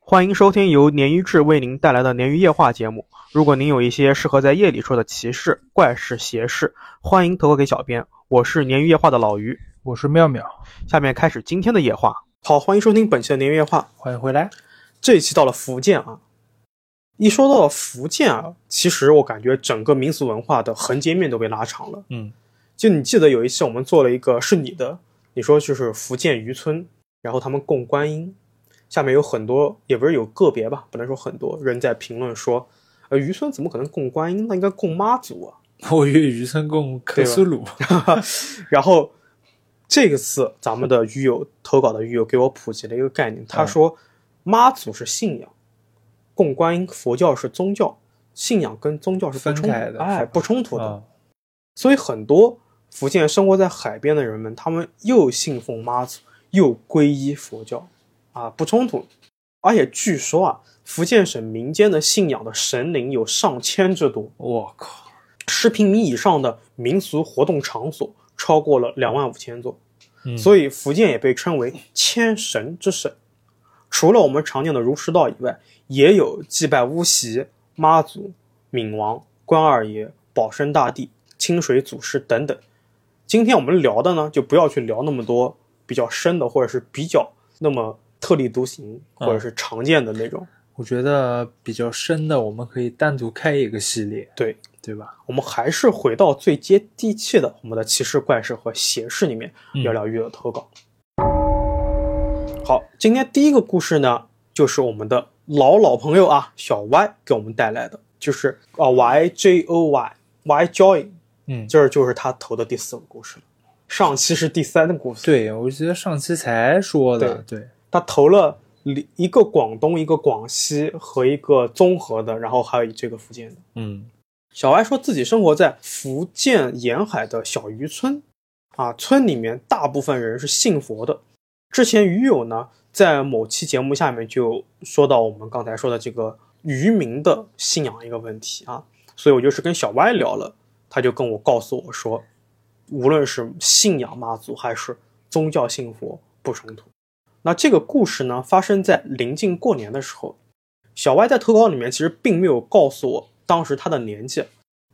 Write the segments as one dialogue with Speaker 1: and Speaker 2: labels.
Speaker 1: 欢迎收听由鲶鱼志为您带来的鲶鱼夜话节目。如果您有一些适合在夜里说的奇事、怪事、邪事，欢迎投稿给小编。我是鲶鱼夜话的老鱼。
Speaker 2: 我是妙妙，
Speaker 1: 下面开始今天的夜话。好，欢迎收听本期的鲶鱼夜话。
Speaker 2: 欢迎回来。
Speaker 1: 这一期到了福建啊，一说到福建啊，其实我感觉整个民俗文化的横截面都被拉长了。
Speaker 2: 嗯，
Speaker 1: 就你记得有一期我们做了一个是你的，你说就是福建渔村，然后他们供观音，下面有很多也不是有个别吧，不能说很多人在评论说，呃，渔村怎么可能供观音？那应该供妈祖啊。
Speaker 2: 我与余生共克苏鲁。
Speaker 1: 然后这个次咱们的鱼友投稿的鱼友给我普及了一个
Speaker 2: 嗯
Speaker 1: 概念，他说妈祖是信仰，供观音佛教是宗教，信仰跟宗教是不
Speaker 2: 分
Speaker 1: 冲
Speaker 2: 开
Speaker 1: 突
Speaker 2: 的是
Speaker 1: 哎，
Speaker 2: 吧
Speaker 1: 不冲突的。
Speaker 2: 啊，
Speaker 1: 所以很多福建生活在海边的人们，他们又信奉妈祖，又皈依佛教，啊，不冲突。而且据说啊，福建省民间的信仰的神灵有上千之多，
Speaker 2: 我靠，
Speaker 1: 十平米以上的民俗活动场所超过了两万五千座，
Speaker 2: 嗯
Speaker 1: 所以福建也被称为千神之省。除了我们常见的儒释道以外，也有祭拜巫习、妈祖、闵王、关二爷、保生大帝、清水祖师等等。今天我们聊的呢，就不要去聊那么多比较深的，或者是比较那么特立独行，或者是常见的那种。
Speaker 2: 我觉得比较深的，我们可以单独开一个系列，
Speaker 1: 对，
Speaker 2: 对吧？
Speaker 1: 我们还是回到最接地气的我们的奇事、怪事和邪事里面
Speaker 2: 嗯
Speaker 1: 聊聊月的投稿。好，今天第一个故事呢，就是我们的老老朋友啊，小 Y 给我们带来的，就是啊、Y J O Y Y Joy，
Speaker 2: 嗯，
Speaker 1: 这儿就是他投的第四个故事了。上期是第三个故事，
Speaker 2: 对，我觉得上期才说的，对，
Speaker 1: 他投了一一个广东、一个广西和一个综合的，然后还有这个福建的。
Speaker 2: 嗯
Speaker 1: 小艾说自己生活在福建沿海的小渔村，啊，村里面大部分人是信佛的。之前鱼友呢，在某期节目下面就说到我们刚才说的这个渔民的信仰一个问题啊，所以我就是跟小歪聊了，他就跟我告诉我说，无论是信仰妈祖还是宗教信佛不冲突。那这个故事呢，发生在临近过年的时候，小歪在投稿里面其实并没有告诉我当时他的年纪，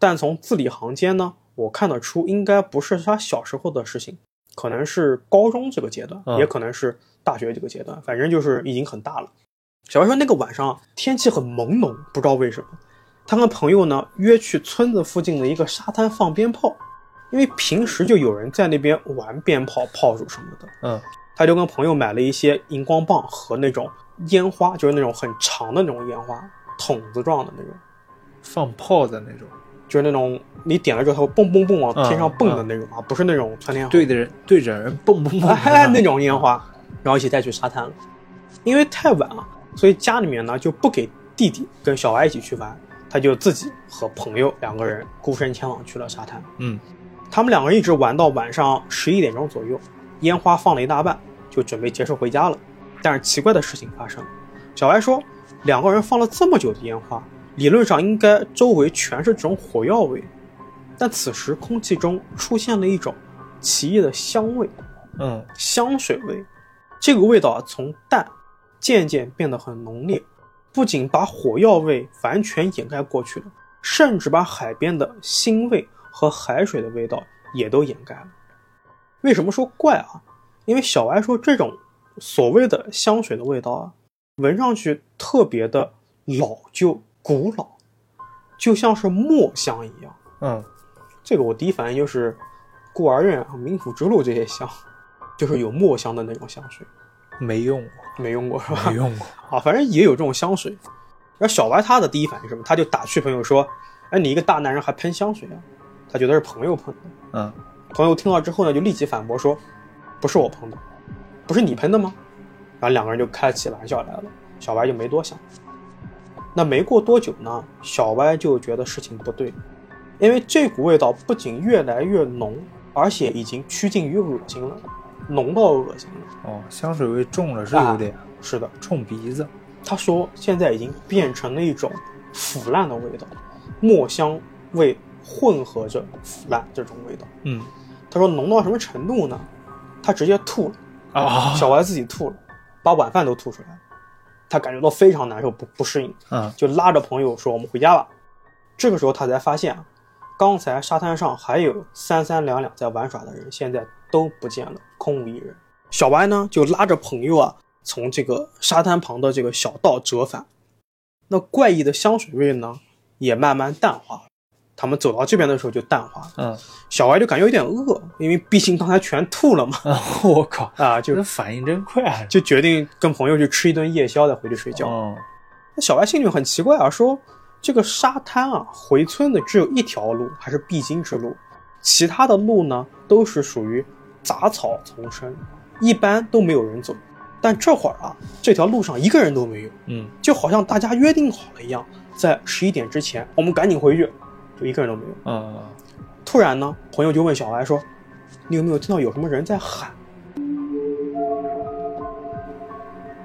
Speaker 1: 但从字里行间呢，我看得出应该不是他小时候的事情，可能是高中这个阶段，
Speaker 2: 嗯
Speaker 1: 也可能是大学这个阶段，反正就是已经很大了。小歪说那个晚上天气很朦胧，不知道为什么，他跟朋友呢约去村子附近的一个沙滩放鞭炮，因为平时就有人在那边玩鞭炮、炮竹什么的。
Speaker 2: 嗯
Speaker 1: 他就跟朋友买了一些荧光棒和那种烟花，就是那种很长的那种烟花，筒子状的那种，
Speaker 2: 放炮的那种。
Speaker 1: 就是那种你点了之后它会蹦蹦蹦往天上蹦的那种啊，不是那种窜天猴，
Speaker 2: 对的人对着人蹦蹦蹦，
Speaker 1: 哎，那种烟花，然后一起带去沙滩了。因为太晚了，所以家里面呢就不给弟弟跟小艾一起去玩，他就自己和朋友两个人孤身前往去了沙滩。
Speaker 2: 嗯
Speaker 1: 他们两个人一直玩到晚上十一点钟左右，烟花放了一大半，就准备结束回家了。但是奇怪的事情发生了，小白说，两个人放了这么久的烟花，理论上应该周围全是这种火药味，但此时空气中出现了一种奇异的香味，
Speaker 2: 嗯
Speaker 1: 香水味。这个味道啊，从淡渐渐变得很浓烈，不仅把火药味完全掩盖过去了，甚至把海边的腥味和海水的味道也都掩盖了。为什么说怪啊？因为小歪说这种所谓的香水的味道啊，闻上去特别的老旧、古老，就像是墨香一样。
Speaker 2: 嗯
Speaker 1: 这个我第一反应就是孤儿院和民府之路这些香，就是有墨香的那种香水，
Speaker 2: 没用过，
Speaker 1: 没用过是吧
Speaker 2: 没？用过，
Speaker 1: 啊，反正也有这种香水。然后小白他的第一反应是什么？他就打趣朋友说：“哎，你一个大男人还喷香水啊？”他觉得是朋友喷的。
Speaker 2: 嗯
Speaker 1: 朋友听到之后呢，就立即反驳说：“不是我喷的，不是你喷的吗？”然后两个人就开起玩笑来了。小白就没多想。那没过多久呢，小歪就觉得事情不对，因为这股味道不仅越来越浓，而且已经趋近于恶心了，浓到恶心了。
Speaker 2: 哦，香水味重了是有点
Speaker 1: 是的，
Speaker 2: 冲鼻子，
Speaker 1: 他说现在已经变成了一种腐烂的味道，墨香味混合着腐烂这种味道。
Speaker 2: 嗯
Speaker 1: 他说浓到什么程度呢？他直接吐了。
Speaker 2: 啊
Speaker 1: 小歪自己吐了，把晚饭都吐出来了。他感觉到非常难受，不不适应，
Speaker 2: 嗯
Speaker 1: 就拉着朋友说我们回家吧。这个时候他才发现，啊刚才沙滩上还有三三两两在玩耍的人，现在都不见了，空无一人。小白呢就拉着朋友啊，从这个沙滩旁的这个小道折返。那怪异的香水味呢，也慢慢淡化了。他们走到这边的时候就淡化了，
Speaker 2: 嗯，
Speaker 1: 小白就感觉有点饿，因为毕竟刚才全吐了嘛，
Speaker 2: 啊， 我靠，
Speaker 1: 啊，就
Speaker 2: 这反应真快啊！
Speaker 1: 就决定跟朋友去吃一顿夜宵，再回去睡觉。
Speaker 2: 哦，
Speaker 1: 那小白心里很奇怪啊，说这个沙滩啊，回村的只有一条路，还是必经之路，其他的路呢都是属于杂草丛生，一般都没有人走。但这会儿啊，这条路上一个人都没有，
Speaker 2: 嗯，
Speaker 1: 就好像大家约定好了一样，在十一点之前我们赶紧回去，就一个人都没有。
Speaker 2: 啊，
Speaker 1: 突然呢，朋友就问小白说：“你有没有听到有什么人在喊？”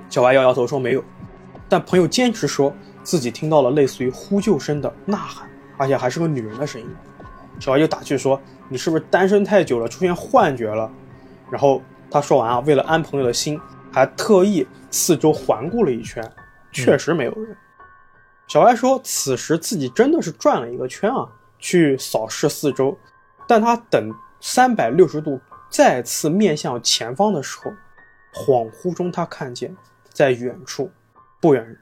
Speaker 1: 小白摇摇头说没有，但朋友坚持说自己听到了类似于呼救声的呐喊，而且还是个女人的声音。小白就打趣说：“你是不是单身太久了，出现幻觉了？”然后他说完啊，为了安朋友的心，还特意四周环顾了一圈，确实没有人。小白说，此时自己真的是转了一个圈啊，去扫视四周，但他等三百六十度再次面向前方的时候，恍惚中他看见在远处，不远，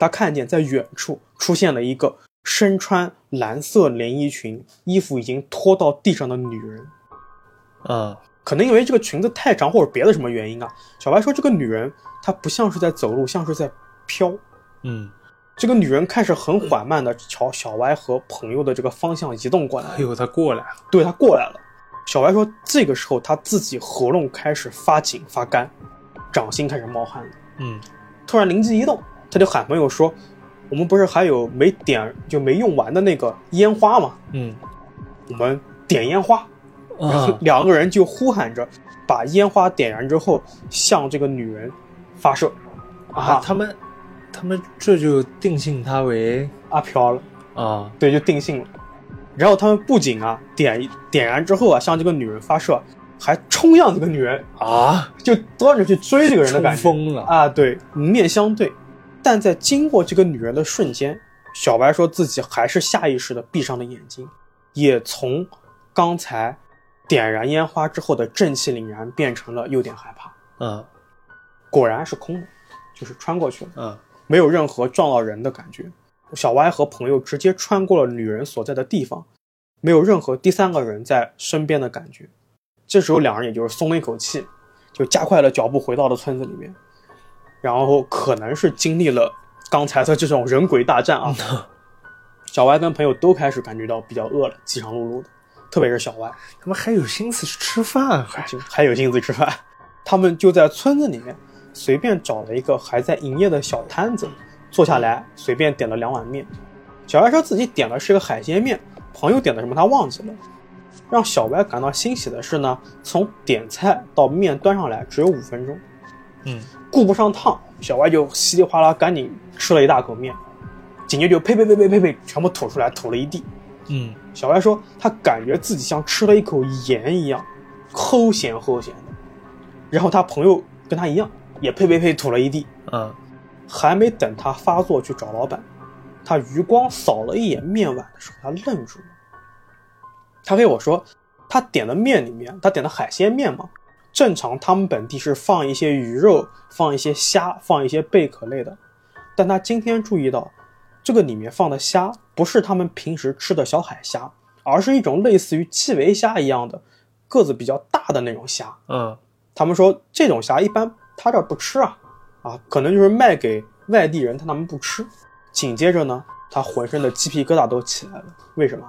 Speaker 1: 他看见在远处出现了一个身穿蓝色连衣裙、衣服已经拖到地上的女人。
Speaker 2: 啊，
Speaker 1: 可能因为这个裙子太长或者别的什么原因啊，小白说这个女人她不像是在走路，像是在飘。
Speaker 2: 嗯，
Speaker 1: 这个女人开始很缓慢的朝小白和朋友的这个方向移动过来
Speaker 2: 哎，呦，他过来了，
Speaker 1: 对她过来了。小白说，这个时候他自己喉咙开始发紧发干，掌心开始冒汗了。
Speaker 2: 嗯，
Speaker 1: 突然灵机一动，他就喊朋友说：“我们不是还有没点就没用完的那个烟花吗？
Speaker 2: 嗯，
Speaker 1: 我们点烟花。”，
Speaker 2: 啊
Speaker 1: 两个人就呼喊着，把烟花点燃之后，向这个女人发射。
Speaker 2: 啊，他们，他们这就定性他为
Speaker 1: 啊飘了，
Speaker 2: 啊，
Speaker 1: 对，就定性了。然后他们不仅啊点点燃之后啊，向这个女人发射，还冲向这个女人，
Speaker 2: 啊，
Speaker 1: 就端着去追这个人的
Speaker 2: 冲
Speaker 1: 感觉
Speaker 2: 锋了，
Speaker 1: 啊，对，迎面相对。但在经过这个女人的瞬间，小白说自己还是下意识的闭上了眼睛，也从刚才点燃烟花之后的正气凛然变成了有点害怕。
Speaker 2: 嗯
Speaker 1: 果然是空的，就是穿过去了，
Speaker 2: 嗯
Speaker 1: 没有任何撞到人的感觉。小歪和朋友直接穿过了女人所在的地方，没有任何第三个人在身边的感觉。这时候两人也就是松了一口气，就加快了脚步回到了村子里面。然后可能是经历了刚才的这种人鬼大战啊，小歪跟朋友都开始感觉到比较饿了，饥肠辘辘的，特别是小歪。
Speaker 2: 他们还有心思吃饭，还
Speaker 1: 就还有心思吃饭。他们就在村子里面随便找了一个还在营业的小摊子，坐下来随便点了两碗面。小白说自己点的是个海鲜面，朋友点的什么他忘记了。让小白感到欣喜的是呢，从点菜到面端上来只有五分钟，
Speaker 2: 嗯
Speaker 1: 顾不上烫，小白就稀里哗啦赶紧吃了一大口面，紧接着就呸呸呸呸呸呸，全部吐出来，吐了一地。
Speaker 2: 嗯
Speaker 1: 小白说他感觉自己像吃了一口盐一样，齁咸齁咸的。然后他朋友跟他一样，也呸呸呸吐了一地。
Speaker 2: 嗯
Speaker 1: 还没等他发作去找老板，他余光扫了一眼面碗的时候，他愣住了。他给我说，他点的面里面，他点的海鲜面嘛，正常他们本地是放一些鱼肉、放一些虾、放一些贝壳类的，但他今天注意到，这个里面放的虾不是他们平时吃的小海虾，而是一种类似于基围虾一样的，个子比较大的那种虾。
Speaker 2: 嗯
Speaker 1: 他们说这种虾一般他这儿不吃啊，啊，可能就是卖给外地人，他们不吃。紧接着呢，他浑身的鸡皮疙瘩都起来了。为什么？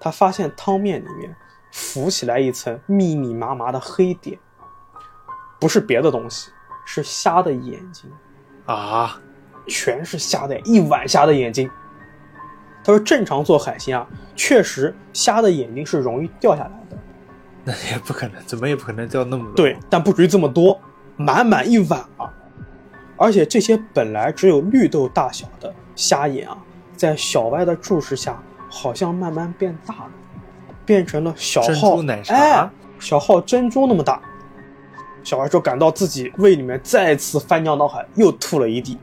Speaker 1: 他发现汤面里面浮起来一层密密麻麻的黑点，不是别的东西，是虾的眼睛，
Speaker 2: 啊，
Speaker 1: 全是虾的，一碗虾的眼睛。他说正常做海鲜啊，确实虾的眼睛是容易掉下来的，
Speaker 2: 那也不可能，怎么也不可能掉那么多，
Speaker 1: 对，但不至于这么多，满满一碗啊！而且这些本来只有绿豆大小的虾眼啊，在小歪的注视下，好像慢慢变大了，变成了小
Speaker 2: 珍
Speaker 1: 号
Speaker 2: 珠奶茶
Speaker 1: 哎，小号珍珠那么大。小歪说感到自己胃里面再次翻江倒海，又吐了一地。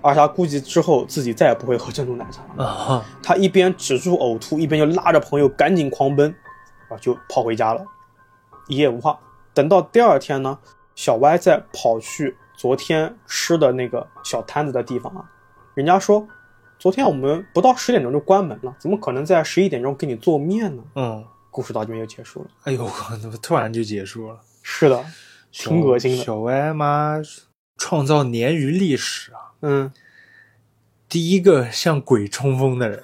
Speaker 1: 而他估计之后自己再也不会喝珍珠奶茶了。
Speaker 2: 啊，
Speaker 1: 他一边止住呕吐，一边就拉着朋友赶紧狂奔，啊，就跑回家了，一夜无话。等到第二天呢，小歪再跑去昨天吃的那个小摊子的地方啊，人家说，昨天我们不到十点钟就关门了，怎么可能在十一点钟给你做面呢？
Speaker 2: 嗯，
Speaker 1: 故事到这边就结束了。
Speaker 2: 哎呦，我怎么突然就结束了？
Speaker 1: 是的，挺恶心
Speaker 2: 小
Speaker 1: 的。
Speaker 2: 小歪妈创造鲶鱼历史啊，
Speaker 1: 嗯，
Speaker 2: 第一个向鬼冲锋 的人，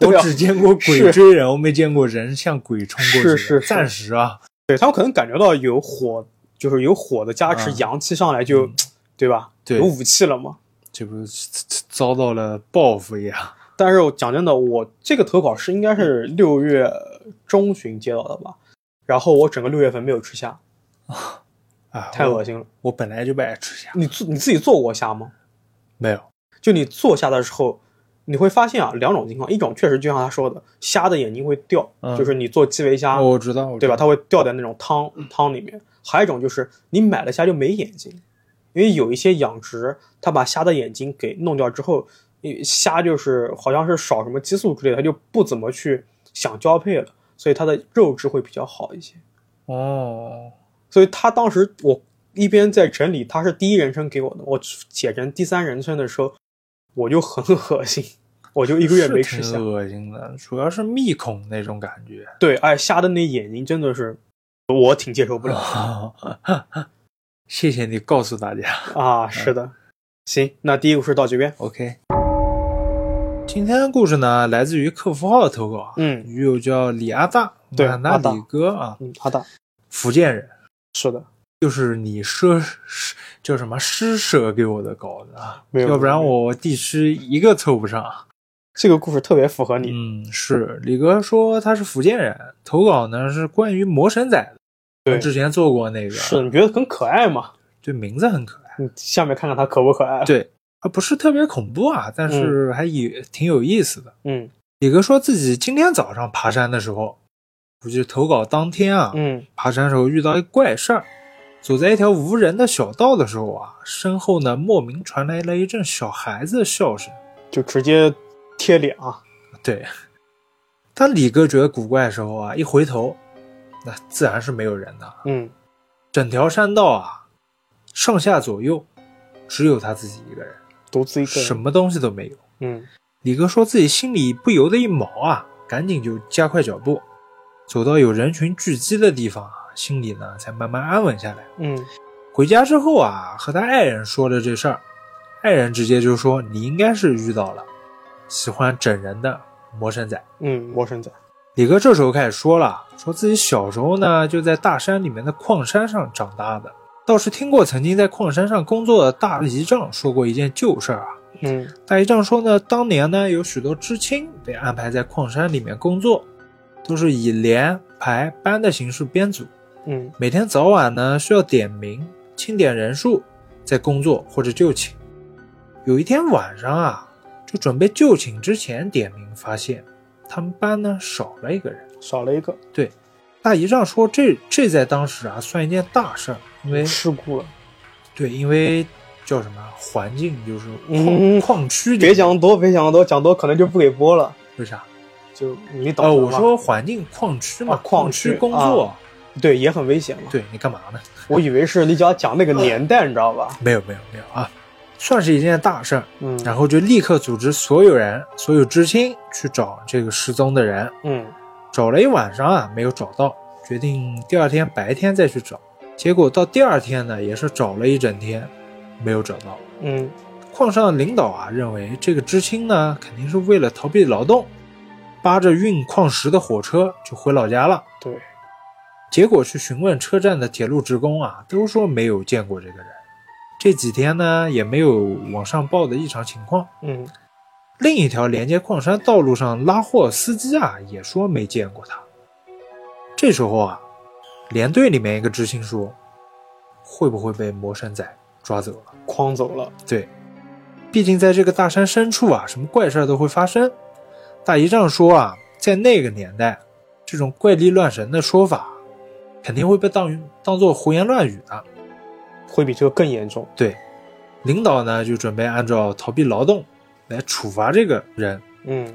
Speaker 1: 对
Speaker 2: 我
Speaker 1: 啊
Speaker 2: 只见过鬼
Speaker 1: 是
Speaker 2: 追人，我没见过人向鬼冲过去
Speaker 1: 是
Speaker 2: 的。
Speaker 1: 是是
Speaker 2: 暂时啊，
Speaker 1: 对他们可能感觉到有火，就是有火的加持，
Speaker 2: 嗯
Speaker 1: 阳气上来就，对吧？
Speaker 2: 对
Speaker 1: 有武器了嘛。
Speaker 2: 这不遭到了报复呀？
Speaker 1: 但是我讲真的，我这个投稿是应该是六月中旬接到的吧，然后我整个六月份没有吃虾，
Speaker 2: 啊，
Speaker 1: 太恶
Speaker 2: 心！
Speaker 1: 心了。
Speaker 2: 我本来就不爱吃虾，
Speaker 1: 你做你自己做过虾吗？
Speaker 2: 没有，
Speaker 1: 就你做虾的时候，你会发现啊，两种情况，一种确实就像他说的，虾的眼睛会掉，
Speaker 2: 嗯
Speaker 1: 就是你做基围虾，
Speaker 2: 啊我知道，我知
Speaker 1: 对吧？
Speaker 2: 道？
Speaker 1: 它会掉在那种汤
Speaker 2: 嗯
Speaker 1: 汤里面。还有一种就是你买了虾就没眼睛，因为有一些养殖，它把虾的眼睛给弄掉之后，因为虾就是好像是少什么激素之类的，它就不怎么去想交配了，所以它的肉质会比较好一些。
Speaker 2: 哦，
Speaker 1: 所以他当时我一边在整理，他是第一人称给我的，我写成第三人称的时候，我就很恶心，我就一个月没吃
Speaker 2: 是
Speaker 1: 虾
Speaker 2: 挺。恶心的，主要是密孔那种感觉。
Speaker 1: 对，哎，虾的那眼睛真的是我挺接受 不了。
Speaker 2: 谢谢你告诉大家。
Speaker 1: 啊，是的。行，那第一个故事到这边。
Speaker 2: OK，今天的故事呢，来自于客服号的投稿啊，
Speaker 1: 嗯
Speaker 2: 鱼友叫李阿大，
Speaker 1: 对
Speaker 2: 我喊他
Speaker 1: 阿大
Speaker 2: 李哥啊，
Speaker 1: 嗯，好的，
Speaker 2: 福建人，
Speaker 1: 是的，
Speaker 2: 就是你施施叫什么施舍给我的稿子啊，
Speaker 1: 没有
Speaker 2: 要不然
Speaker 1: 没有
Speaker 2: 我地区一个凑不上啊。
Speaker 1: 这个故事特别符合你。
Speaker 2: 嗯，是李哥说他是福建人，投稿呢是关于魔神仔的，
Speaker 1: 对
Speaker 2: 之前做过那个，
Speaker 1: 是，你觉得很可爱嘛？
Speaker 2: 对名字很可爱，
Speaker 1: 你下面看看它可不可爱。
Speaker 2: 对，啊不是特别恐怖啊，但是还也、挺有意思的。
Speaker 1: 嗯
Speaker 2: 李哥说自己今天早上爬山的时候，我就投稿当天啊，
Speaker 1: 嗯
Speaker 2: 爬山时候遇到一怪事儿，走在一条无人的小道的时候啊，身后呢莫名传来了一阵小孩子的笑声。
Speaker 1: 就直接贴脸啊。
Speaker 2: 对，当李哥觉得古怪的时候啊，一回头，那自然是没有人的。
Speaker 1: 嗯，
Speaker 2: 整条山道啊，上下左右只有他自己一个人，
Speaker 1: 独自一个人。
Speaker 2: 什么东西都没有。
Speaker 1: 嗯
Speaker 2: 李哥说自己心里不由得一毛啊，赶紧就加快脚步，走到有人群聚集的地方啊，心里呢才慢慢安稳下来。
Speaker 1: 嗯
Speaker 2: 回家之后啊，和他爱人说了这事儿，爱人直接就说你应该是遇到了喜欢整人的魔神仔。
Speaker 1: 嗯，魔神仔。
Speaker 2: 李哥这时候开始说了，说自己小时候呢就在大山里面的矿山上长大的，倒是听过曾经在矿山上工作的大姨丈说过一件旧事儿啊。
Speaker 1: 嗯
Speaker 2: 大姨丈说呢，当年呢有许多知青被安排在矿山里面工作，都是以连排班的形式编组，
Speaker 1: 嗯
Speaker 2: 每天早晚呢需要点名清点人数，再工作或者就寝。有一天晚上啊，就准备就寝之前点名，发现他们班呢少了一个人。
Speaker 1: 少了一个，
Speaker 2: 对，大姨丈说这这在当时啊算一件大事儿，因为
Speaker 1: 事故了。
Speaker 2: 对，因为叫什么啊环境就是矿、
Speaker 1: 嗯
Speaker 2: 矿区里
Speaker 1: 别讲多，别讲多，讲多可能就不给播了。
Speaker 2: 为啥？
Speaker 1: 就你懂
Speaker 2: 哦，
Speaker 1: 了
Speaker 2: 我
Speaker 1: 吧
Speaker 2: 说环境矿区嘛，
Speaker 1: 啊矿
Speaker 2: 区
Speaker 1: 区啊
Speaker 2: 工作，
Speaker 1: 对，也很危险嘛。
Speaker 2: 对你干嘛呢？
Speaker 1: 我以为是你只要讲那个年代，你知道吧？
Speaker 2: 没有没有没有啊，算是一件大事儿。
Speaker 1: 嗯
Speaker 2: 然后就立刻组织所有人，所有知青去找这个失踪的人，
Speaker 1: 嗯
Speaker 2: 找了一晚上啊，没有找到，决定第二天白天再去找。结果到第二天呢，也是找了一整天，没有找到。
Speaker 1: 嗯
Speaker 2: 矿上领导啊认为这个知青呢肯定是为了逃避劳动，扒着运矿石的火车就回老家了。
Speaker 1: 对，
Speaker 2: 结果去询问车站的铁路职工啊，都说没有见过这个人。这几天呢也没有往上报的异常情况。
Speaker 1: 嗯
Speaker 2: 另一条连接矿山道路上拉货司机啊也说没见过他。这时候啊，连队里面一个知青说，会不会被魔神仔抓走了？
Speaker 1: 框走了。
Speaker 2: 对，毕竟在这个大山深处啊，什么怪事儿都会发生。大姨丈说啊，在那个年代，这种怪力乱神的说法，肯定会被当当做胡言乱语的。啊
Speaker 1: 会比这个更严重。
Speaker 2: 对，领导呢就准备按照逃避劳动来处罚这个人。
Speaker 1: 嗯，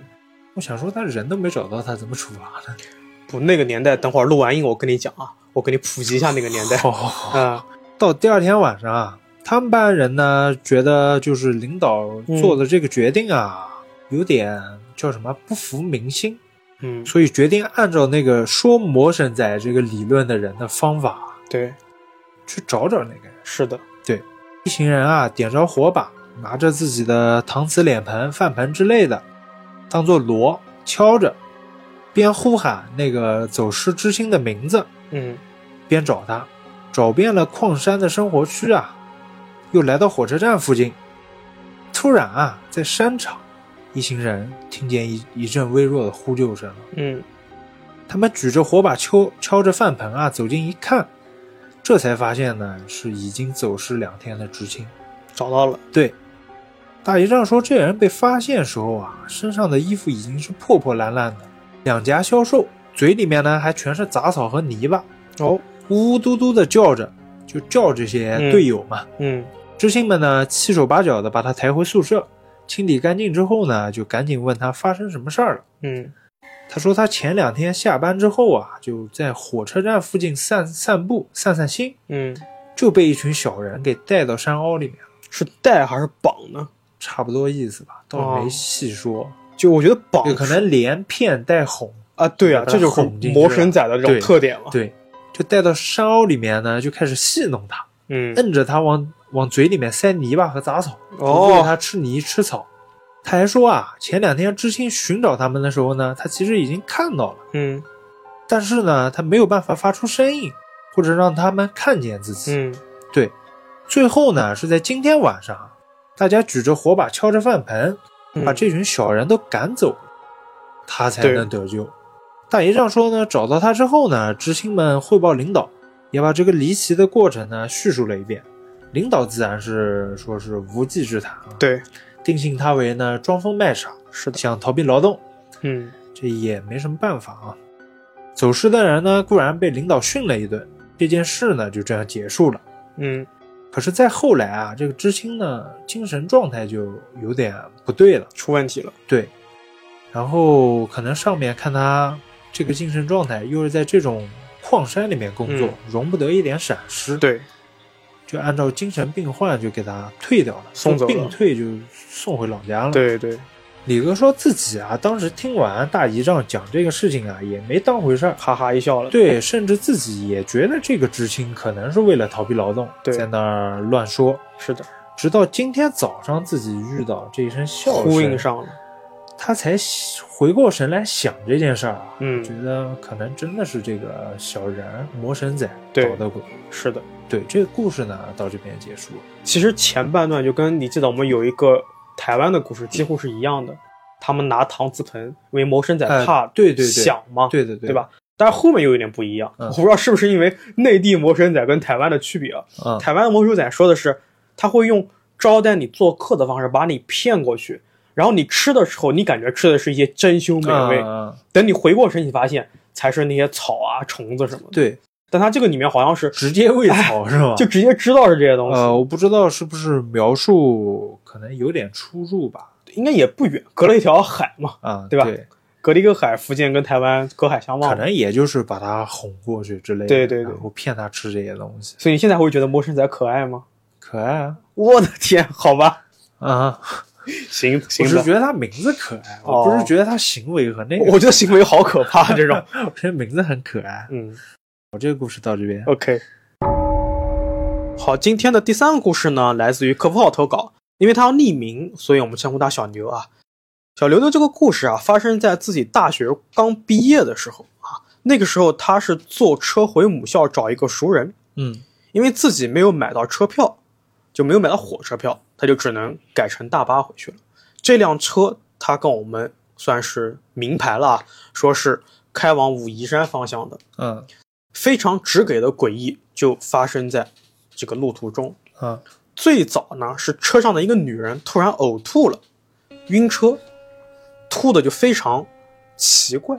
Speaker 2: 我想说，他人都没找到，他怎么处罚呢？
Speaker 1: 不，那个年代，等会儿录完音我跟你讲啊，我给你普及一下那个年代。
Speaker 2: 好 好好，
Speaker 1: 嗯
Speaker 2: 到第二天晚上啊，他们班人呢觉得就是领导做的这个决定啊，有点叫什么不服民心，
Speaker 1: 嗯，
Speaker 2: 所以决定按照那个说魔神仔这个理论的人的方法
Speaker 1: 对，
Speaker 2: 去找找那个人。
Speaker 1: 是的，
Speaker 2: 一行人啊，点着火把，拿着自己的搪瓷脸盆、饭盆之类的，当做锣敲着，边呼喊那个走失之星的名字，
Speaker 1: 嗯
Speaker 2: 边找他，找遍了矿山的生活区啊，又来到火车站附近。突然啊，在山场，一行人听见一一阵微弱的呼救声，
Speaker 1: 嗯
Speaker 2: 他们举着火把敲敲着饭盆啊，走近一看，这才发现呢是已经走失两天的知青。
Speaker 1: 找到了，
Speaker 2: 对，大姨丈说，这人被发现时候啊，身上的衣服已经是破破烂烂的，两颊消瘦，嘴里面呢还全是杂草和泥巴，
Speaker 1: 哦，
Speaker 2: 呜呜嘟嘟的叫着，就叫这些队友嘛。
Speaker 1: 嗯
Speaker 2: 知青们呢七手八脚的把他抬回宿舍，清理干净之后呢，就赶紧问他发生什么事儿了。
Speaker 1: 嗯
Speaker 2: 他说他前两天下班之后啊，就在火车站附近散散步、散散心，
Speaker 1: 嗯，
Speaker 2: 就被一群小人给带到山坳里面了，
Speaker 1: 是带还是绑呢？
Speaker 2: 差不多意思吧，倒
Speaker 1: 哦
Speaker 2: 没细说。
Speaker 1: 就我觉得绑
Speaker 2: 对，可能连骗带哄，
Speaker 1: 啊，对啊，
Speaker 2: 把它
Speaker 1: 这就是
Speaker 2: 哄进去
Speaker 1: 魔神仔的这种
Speaker 2: 对
Speaker 1: 特点嘛。
Speaker 2: 对，就带到山坳里面呢，就开始戏弄他，
Speaker 1: 嗯，
Speaker 2: 摁着他往往嘴里面塞泥巴和杂草，喂
Speaker 1: 哦，
Speaker 2: 他吃泥吃草。他还说啊，前两天知青寻找他们的时候呢，他其实已经看到了，
Speaker 1: 嗯
Speaker 2: 但是呢，他没有办法发出声音，或者让他们看见自己。
Speaker 1: 嗯
Speaker 2: 最后呢，是在今天晚上，啊大家举着火把敲着饭盆，
Speaker 1: 嗯，
Speaker 2: 把这群小人都赶走，他才
Speaker 1: 对
Speaker 2: 能得救。大姨丈说呢，找到他之后呢，知青们汇报领导，也把这个离奇的过程呢叙述了一遍。领导自然是说是无稽之谈啊，
Speaker 1: 对，
Speaker 2: 定性他为呢装疯卖傻，
Speaker 1: 是的，
Speaker 2: 想逃避劳动，
Speaker 1: 嗯
Speaker 2: 这也没什么办法啊。走失的人呢固然被领导训了一顿，这件事呢就这样结束了。
Speaker 1: 嗯，
Speaker 2: 可是再后来啊，这个知青呢精神状态就有点不对了。
Speaker 1: 出问题了。
Speaker 2: 对，然后可能上面看他这个精神状态，又是在这种矿山里面工作，
Speaker 1: 嗯
Speaker 2: 容不得一点闪失，，
Speaker 1: 对，
Speaker 2: 就按照精神病患就给他退掉了，
Speaker 1: 送走了
Speaker 2: 病退就送回老家了。，
Speaker 1: 对对，
Speaker 2: 李哥说自己啊，当时听完大姨丈讲这个事情啊，也没当回事儿。
Speaker 1: 哈哈一笑了。
Speaker 2: 对，甚至自己也觉得这个知青可能是为了逃避劳动，
Speaker 1: 对
Speaker 2: 在那儿乱说。
Speaker 1: 是的，
Speaker 2: 直到今天早上，自己遇到这一声笑声，
Speaker 1: 呼应上了。
Speaker 2: 他才回过神来想这件事儿啊，
Speaker 1: 嗯
Speaker 2: 觉得可能真的是这个小人魔神仔
Speaker 1: 对
Speaker 2: 搞的鬼。
Speaker 1: 是的，
Speaker 2: 对，这个故事呢到这边结束了。
Speaker 1: 其实前半段就跟你记得我们有一个台湾的故事几乎是一样的，他们拿搪瓷盆，因为魔神仔
Speaker 2: 哎
Speaker 1: 怕
Speaker 2: 对对对
Speaker 1: 响嘛，
Speaker 2: 对对对
Speaker 1: 啊对？吧？但是后面又有点不一样，
Speaker 2: 嗯
Speaker 1: 我不知道是不是因为内地魔神仔跟台湾的区别啊。
Speaker 2: 嗯，
Speaker 1: 台湾的魔神仔说的是，他会用招待你做客的方式把你骗过去，然后你吃的时候，你感觉吃的是一些珍馐美味，
Speaker 2: 嗯嗯
Speaker 1: 等你回过神，你发现才是那些草啊、虫子什么的。
Speaker 2: 对，
Speaker 1: 但他这个里面好像是
Speaker 2: 直接喂草是吧？
Speaker 1: 哎就直接知道是这些东西，
Speaker 2: 呃，我不知道是不是描述可能有点出入吧？
Speaker 1: 应该也不远，隔了一条海嘛，
Speaker 2: 啊，
Speaker 1: 对吧隔了一个海，福建跟台湾隔海相望
Speaker 2: 可
Speaker 1: 嘛。
Speaker 2: 能也就是把他哄过去之类的，
Speaker 1: 对对对
Speaker 2: 然后骗他吃这些东西，
Speaker 1: 所以你现在会觉得魔神仔可爱吗？
Speaker 2: 可爱啊。
Speaker 1: 我的天，好吧，
Speaker 2: 啊，
Speaker 1: 行
Speaker 2: 我
Speaker 1: 行
Speaker 2: 是
Speaker 1: 的，
Speaker 2: 觉得他名字可爱，我不是
Speaker 1: 哦
Speaker 2: 觉得他行为和那个，
Speaker 1: 我觉得行为好可怕，这种，
Speaker 2: 我觉得名字很可爱。
Speaker 1: 嗯
Speaker 2: 我这个故事到这边，
Speaker 1: ，OK。好，今天的第三个故事呢，来自于客服号投稿，因为他要匿名，所以我们称呼他小牛啊。小牛的这个故事啊，发生在自己大学刚毕业的时候啊，那个时候他是坐车回母校找一个熟人，
Speaker 2: 嗯
Speaker 1: 因为自己没有买到车票，就没有买到火车票，他就只能改乘大巴回去了。这辆车他跟我们算是明牌了啊，说是开往武夷山方向的，
Speaker 2: 嗯
Speaker 1: 非常直给的诡异就发生在这个路途中。
Speaker 2: 啊
Speaker 1: 最早呢是车上的一个女人突然呕吐了，晕车，吐的就非常奇怪。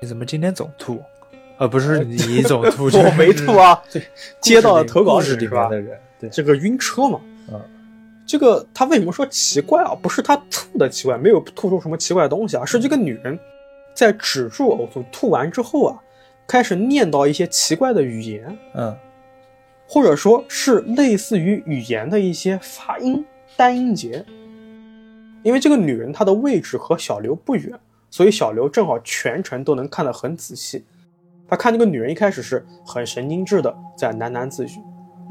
Speaker 2: 你怎么今天总吐？啊，不是你总 吐，
Speaker 1: 我没吐，啊，
Speaker 2: 嗯对，
Speaker 1: 接到了投稿
Speaker 2: 故事
Speaker 1: 者
Speaker 2: 里
Speaker 1: 是
Speaker 2: 面
Speaker 1: 吧？
Speaker 2: 的人，对，
Speaker 1: 这个晕车嘛，
Speaker 2: 嗯
Speaker 1: 这个他为什么说奇怪啊？不是他吐的奇怪，没有吐出什么奇怪的东西
Speaker 2: 嗯
Speaker 1: 啊，是这个女人在止住呕吐吐完之后啊，开始念叨一些奇怪的语言，
Speaker 2: 嗯
Speaker 1: 或者说是类似于语言的一些发音单音节。因为这个女人她的位置和小刘不远，所以小刘正好全程都能看得很仔细。他看这个女人一开始是很神经质的在喃喃自语，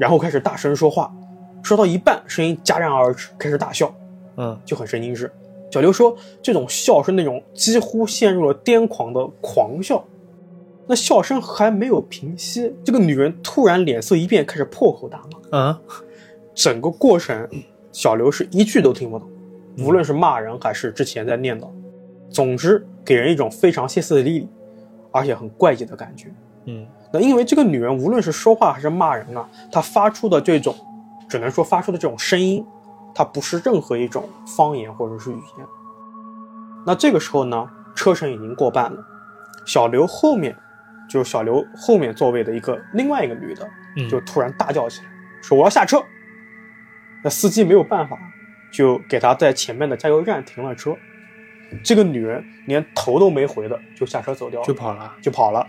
Speaker 1: 然后开始大声说话，说到一半声音戛然而止，开始大笑，
Speaker 2: 嗯
Speaker 1: 就很神经质。小刘说，这种笑是那种几乎陷入了癫狂的狂笑，那笑声还没有平息，这个女人突然脸色一变，开始破口大骂。
Speaker 2: 嗯
Speaker 1: 整个过程，小刘是一句都听不懂，无论是骂人还是之前在念叨，总之给人一种非常歇斯底里，而且很怪异的感觉。
Speaker 2: 嗯
Speaker 1: 那因为这个女人无论是说话还是骂人啊，她发出的这种，只能说发出的这种声音，它不是任何一种方言或者是语言。那这个时候呢，车程已经过半了，小刘后面，就是小刘后面座位的一个另外一个女的，
Speaker 2: 嗯
Speaker 1: 就突然大叫起来，说我要下车。那司机没有办法，就给她在前面的加油站停了车。这个女人连头都没回的就下车走掉了，
Speaker 2: 就跑了。
Speaker 1: 就跑了。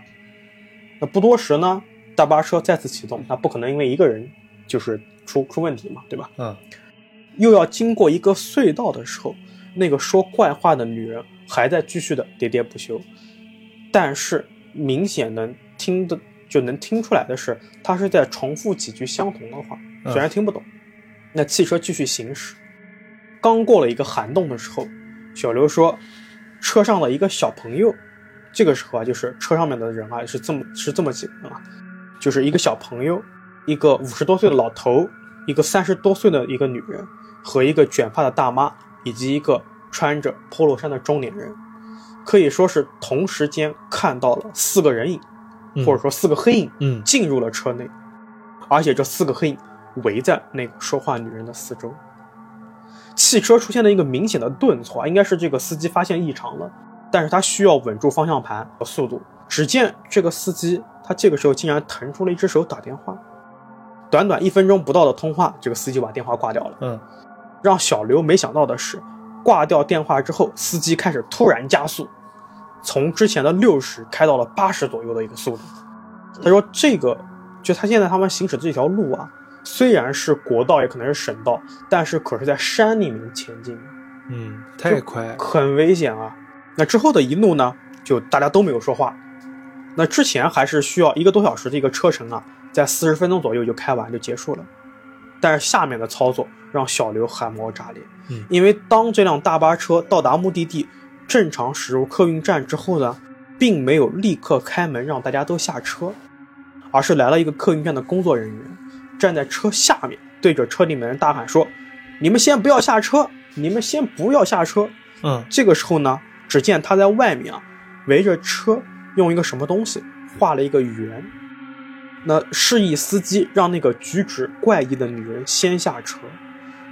Speaker 1: 那不多时呢，大巴车再次启动，那不可能因为一个人就是出出问题嘛，对吧？
Speaker 2: 嗯
Speaker 1: 又要经过一个隧道的时候，那个说怪话的女人还在继续的喋喋不休，但是明显能听的就能听出来的是，她是在重复几句相同的话，
Speaker 2: 嗯
Speaker 1: 虽然听不懂。那汽车继续行驶，刚过了一个涵洞的时候，小刘说，车上的一个小朋友，这个时候啊，就是车上面的人啊，是这么是这么几个人啊，就是一个小朋友，一个五十多岁的老头，一个三十多岁的一个女人，和一个卷发的大妈，以及一个穿着 polo 衫的中年人，可以说是同时间看到了四个人影，
Speaker 2: 嗯
Speaker 1: 或者说四个黑影
Speaker 2: 嗯
Speaker 1: 进入了车内，而且这四个黑影围在那个说话女人的四周。汽车出现了一个明显的顿挫，应该是这个司机发现异常了，但是他需要稳住方向盘和速度。只见这个司机，他这个时候竟然腾出了一只手打电话，短短一分钟不到的通话，这个司机把电话挂掉了。
Speaker 2: 嗯
Speaker 1: 让小刘没想到的是，挂掉电话之后，司机开始突然加速，从之前的六十开到了八十左右的一个速度。他说：“这个就他现在他们行驶这条路啊，虽然是国道，也可能是省道，但是可是在山里面前进，
Speaker 2: 嗯，太快。
Speaker 1: 很危险啊。”那之后的一路呢，就大家都没有说话。那之前还是需要一个多小时的一个车程啊，在四十分钟左右就开完就结束了。但是下面的操作让小刘汗毛炸裂，
Speaker 2: 嗯
Speaker 1: 因为当这辆大巴车到达目的地，正常驶入客运站之后呢，并没有立刻开门让大家都下车，而是来了一个客运站的工作人员，站在车下面对着车里面人大喊说：“你们先不要下车，你们先不要下车，
Speaker 2: 嗯
Speaker 1: 这个时候呢，只见他在外面啊，围着车用一个什么东西画了一个圆，那示意司机让那个举止怪异的女人先下车。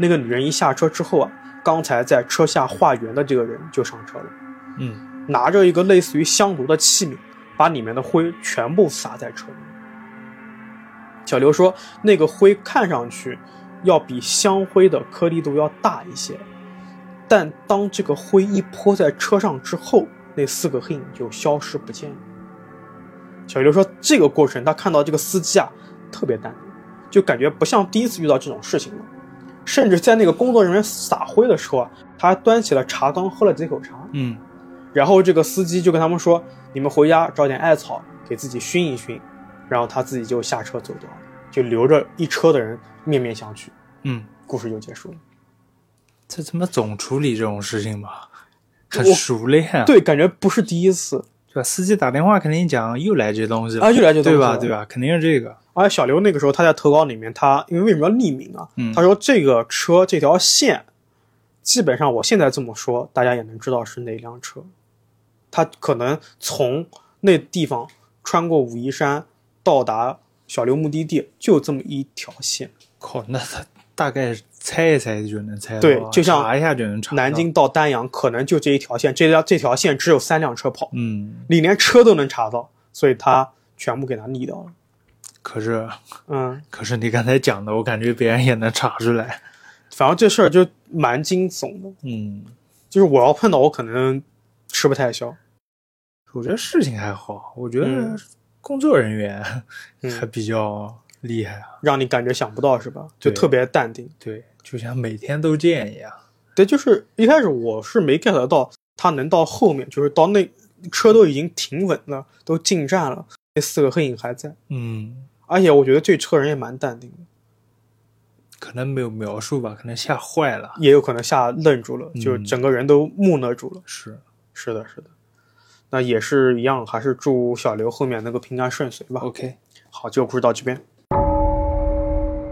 Speaker 1: 那个女人一下车之后啊，刚才在车下画圆的这个人就上车了，
Speaker 2: 嗯
Speaker 1: 拿着一个类似于香炉的器皿，把里面的灰全部撒在车里。小刘说，那个灰看上去要比香灰的颗粒度要大一些，但当这个灰一泼在车上之后，那四个黑影就消失不见了。小刘说，这个过程他看到这个司机啊特别淡定，就感觉不像第一次遇到这种事情了。甚至在那个工作人员撒灰的时候啊，他还端起了茶缸喝了几口茶。
Speaker 2: 嗯
Speaker 1: 然后这个司机就跟他们说：“你们回家找点艾草给自己熏一熏。”然后他自己就下车走掉了，就留着一车的人面面相觑。
Speaker 2: 嗯，
Speaker 1: 故事就结束了。
Speaker 2: 这他妈总处理这种事情吧，很
Speaker 1: 我
Speaker 2: 熟练啊。
Speaker 1: 对，感觉不是第一次
Speaker 2: 对吧？司机打电话肯定讲又来这东西了，
Speaker 1: 啊，又来这东
Speaker 2: 对
Speaker 1: 西
Speaker 2: 吧？
Speaker 1: 了
Speaker 2: 对？吧？肯定是这个。
Speaker 1: 而且小刘那个时候他在投稿里面，他因为为什么要匿名啊？
Speaker 2: 嗯
Speaker 1: 他说这个车这条线，基本上我现在这么说，大家也能知道是哪辆车。他可能从那地方穿过武夷山到达小刘目的地，就这么一条线。
Speaker 2: 靠，那他大概猜一猜就能猜到，
Speaker 1: 对就像
Speaker 2: 查一下就能查。
Speaker 1: 南，京到丹阳可能就这一条线，这条这条线只有三辆车跑，
Speaker 2: 嗯，
Speaker 1: 你连车都能查到，所以他全部给他逆掉了。
Speaker 2: 可是
Speaker 1: 嗯，
Speaker 2: 可是你刚才讲的，我感觉别人也能查出来。
Speaker 1: 反正这事儿就蛮惊悚的，
Speaker 2: 嗯，
Speaker 1: 就是我要碰到我可能吃不太消。
Speaker 2: 我觉得事情还好，我觉得
Speaker 1: 嗯
Speaker 2: 工作人员
Speaker 1: 嗯
Speaker 2: 还比较厉害啊。
Speaker 1: 让你感觉想不到是吧？就
Speaker 2: 对
Speaker 1: 特别淡定。
Speaker 2: 对，就像每天都见一样。
Speaker 1: 对，就是一开始我是没 get 到他能到后面，就是到那车都已经停稳了，都进站了，那四个黑影还在。
Speaker 2: 嗯，
Speaker 1: 而且我觉得这车人也蛮淡定的，
Speaker 2: 可能没有描述吧，可能吓坏了。
Speaker 1: 也有可能吓愣住了，就
Speaker 2: 嗯
Speaker 1: 整个人都木讷住了。
Speaker 2: 是，
Speaker 1: 是的，是的。那也是一样，还是祝小刘后面能够平安顺遂吧。
Speaker 2: OK，
Speaker 1: 好，这个故事到这边。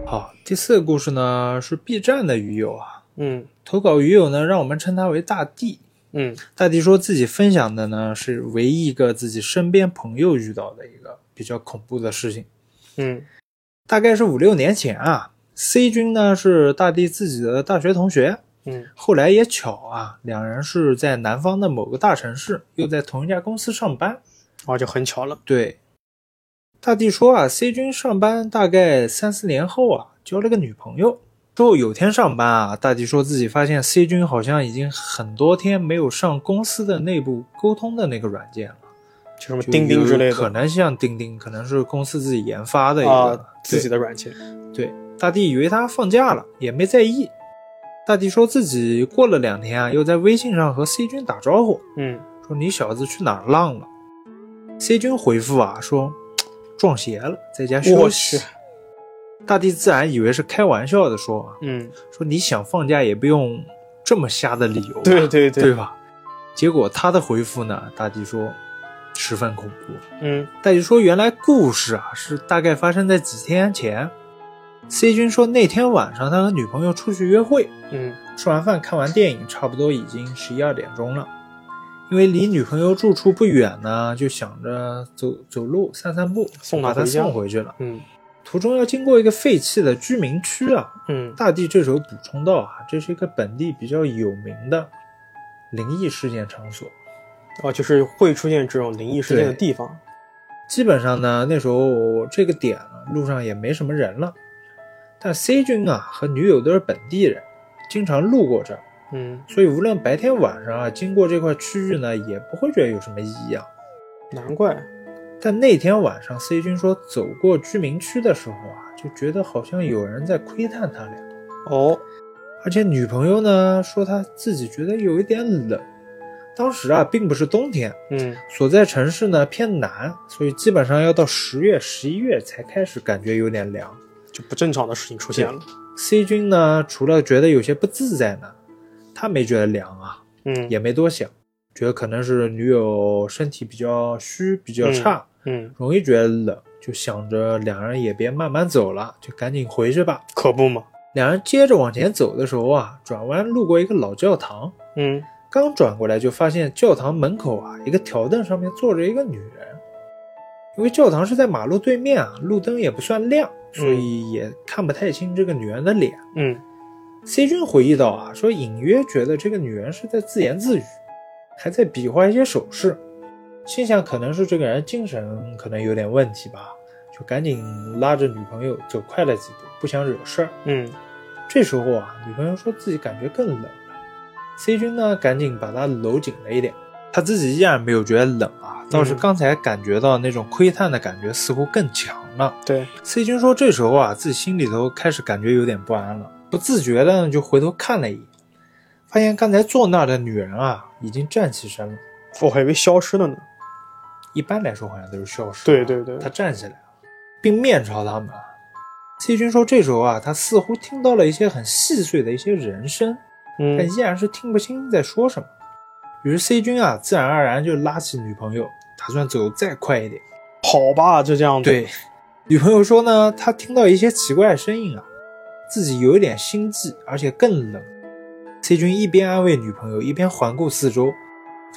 Speaker 2: 好，第四个故事呢是 B 站的鱼友啊，
Speaker 1: 嗯
Speaker 2: 投稿鱼友呢让我们称他为大地。
Speaker 1: 嗯
Speaker 2: 大地说自己分享的呢是唯一一个自己身边朋友遇到的一个比较恐怖的事情，
Speaker 1: 嗯
Speaker 2: 大概是五六年前啊。C 君呢是大地自己的大学同学，
Speaker 1: 嗯
Speaker 2: 后来也巧啊，两人是在南方的某个大城市，又在同一家公司上班。
Speaker 1: 啊，就很巧了。
Speaker 2: 对，大地说啊，C 君上班大概三四年后啊，交了个女朋友。之后有天上班啊，大地说自己发现 C 君好像已经很多天没有上公司的内部沟通的那个软件了，
Speaker 1: 就什么
Speaker 2: 就
Speaker 1: 钉钉之类
Speaker 2: 有可
Speaker 1: 的
Speaker 2: 能像钉钉，可能是公司自己研发的一个、
Speaker 1: 啊， 自己
Speaker 2: 的。
Speaker 1: 的软件。
Speaker 2: 对，大地以为他放假了，也没在意。大地说自己过了两天啊，又在微信上和 C 君打招呼，
Speaker 1: 嗯
Speaker 2: 说你小子去哪儿浪了？C 君回复啊说撞邪了，在家休
Speaker 1: 我
Speaker 2: 息
Speaker 1: 去。
Speaker 2: 大地自然以为是开玩笑的说啊，
Speaker 1: 嗯，
Speaker 2: 说你想放假也不用这么瞎的理由吧，
Speaker 1: 对对对
Speaker 2: 对吧？结果他的回复呢，大地说十分恐怖。
Speaker 1: 嗯
Speaker 2: 大地说原来故事啊是大概发生在几天前。C 君说那天晚上他和女朋友出去约会，
Speaker 1: 嗯
Speaker 2: 吃完饭看完电影，差不多已经十一二点钟了。因为离女朋友住处不远呢，就想着走走路散散步，
Speaker 1: 送她
Speaker 2: 把她
Speaker 1: 回家
Speaker 2: 送回去了。
Speaker 1: 嗯
Speaker 2: 途中要经过一个废弃的居民区啊，
Speaker 1: 嗯
Speaker 2: 大地这时候补充到啊，这是一个本地比较有名的灵异事件场所。
Speaker 1: 啊，就是会出现这种灵异事件的
Speaker 2: 对
Speaker 1: 地方。
Speaker 2: 基本上呢，那时候这个点啊，路上也没什么人了。但 C 君啊和女友都是本地人，经常路过这儿，
Speaker 1: 嗯，
Speaker 2: 所以无论白天晚上啊，经过这块区域呢，也不会觉得有什么异样。
Speaker 1: 难怪。
Speaker 2: 但那天晚上，C 君说走过居民区的时候啊，就觉得好像有人在窥探他俩，
Speaker 1: 哦，
Speaker 2: 而且女朋友呢说她自己觉得有一点冷。当时啊，并不是冬天，
Speaker 1: 嗯
Speaker 2: 所在城市呢偏南，所以基本上要到十月、十一月才开始感觉有点凉。
Speaker 1: 就不正常的事情出现了。
Speaker 2: C 君呢，除了觉得有些不自在呢，他没觉得凉啊，
Speaker 1: 嗯
Speaker 2: 也没多想，觉得可能是女友身体比较虚、比较差，
Speaker 1: 嗯，
Speaker 2: 容易觉得冷，就想着两人也别慢慢走了，就赶紧回去吧。
Speaker 1: 可不嘛。
Speaker 2: 两人接着往前走的时候啊，转弯路过一个老教堂，
Speaker 1: 嗯，
Speaker 2: 刚转过来就发现教堂门口啊，一个条凳上面坐着一个女人。因为教堂是在马路对面啊，路灯也不算亮，所以也看不太清这个女人的脸。
Speaker 1: 嗯
Speaker 2: C 君回忆到啊，说隐约觉得这个女人是在自言自语，还在比划一些手势，心想可能是这个人精神可能有点问题吧，就赶紧拉着女朋友走快了几步，不想惹事儿。
Speaker 1: 嗯
Speaker 2: 这时候啊，女朋友说自己感觉更冷了，C 君呢赶紧把她搂紧了一点，他自己依然没有觉得冷啊，倒是
Speaker 1: 嗯
Speaker 2: 刚才感觉到那种窥探的感觉似乎更强了。
Speaker 1: 对，
Speaker 2: C 君说，这时候啊，自己心里头开始感觉有点不安了，不自觉的呢就回头看了一眼，发现刚才坐那儿的女人啊，已经站起身了。
Speaker 1: 我还以为消失了呢。
Speaker 2: 一般来说好像都是消失了，
Speaker 1: 对对对，
Speaker 2: 她站起来了，并面朝他们。C 君说，这时候啊，他似乎听到了一些很细碎的一些人声，
Speaker 1: 嗯
Speaker 2: 但依然是听不清在说什么。于是 C 君啊，自然而然就拉起女朋友，打算走再快一点。
Speaker 1: 跑吧，就这样子。，
Speaker 2: 对，女朋友说呢，她听到一些奇怪的声音啊，自己有一点心悸，而且更冷。C 君一边安慰女朋友，一边环顾四周，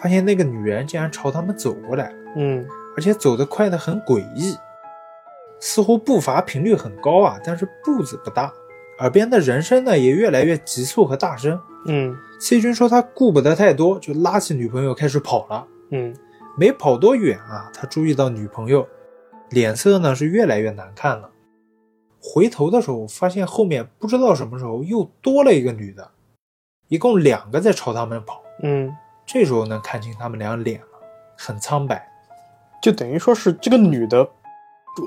Speaker 2: 发现那个女人竟然朝他们走过来，
Speaker 1: 嗯
Speaker 2: 而且走得快得很诡异，似乎步伐频率很高啊，但是步子不大，耳边的人声呢也越来越急促和大声。
Speaker 1: 嗯
Speaker 2: C 君说他顾不得太多，就拉起女朋友开始跑了。
Speaker 1: 嗯
Speaker 2: 没跑多远啊，他注意到女朋友脸色呢是越来越难看了，回头的时候发现后面不知道什么时候又多了一个女的，一共两个在朝他们跑。
Speaker 1: 嗯，
Speaker 2: 这时候能看清他们俩脸了，很苍白。
Speaker 1: 就等于说是这个女的，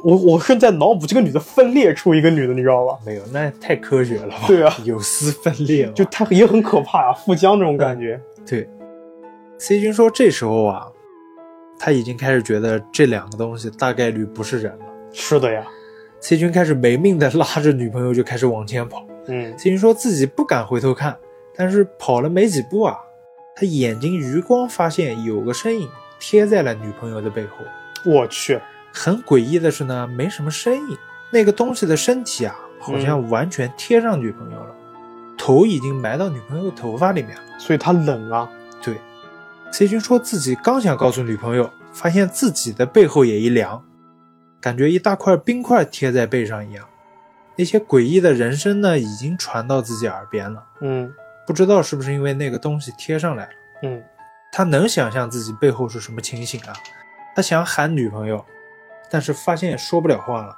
Speaker 1: 我我是在脑补这个女的分裂出一个女的，你知道吧？
Speaker 2: 没有，那太科学了吧？
Speaker 1: 对啊，
Speaker 2: 有丝分裂了。
Speaker 1: 就她也很可怕啊，富江那种感觉。
Speaker 2: 对，C 君说这时候啊，他已经开始觉得这两个东西大概率不是人了。
Speaker 1: 是的呀，
Speaker 2: C 君开始没命的拉着女朋友就开始往前跑。
Speaker 1: 嗯
Speaker 2: C 君说自己不敢回头看，但是跑了没几步啊，他眼睛余光发现有个身影贴在了女朋友的背后。
Speaker 1: 我去，
Speaker 2: 很诡异的是呢，没什么身影，那个东西的身体啊，好像完全贴上女朋友了，头已经埋到女朋友的头发里面了。
Speaker 1: 所以她冷啊，
Speaker 2: 对，C 君说自己刚想告诉女朋友，发现自己的背后也一凉，感觉一大块冰块贴在背上一样。那些诡异的人声呢，已经传到自己耳边了。
Speaker 1: 嗯
Speaker 2: 不知道是不是因为那个东西贴上来了，
Speaker 1: 嗯
Speaker 2: 他能想象自己背后是什么情形啊？他想喊女朋友，但是发现说不了话了，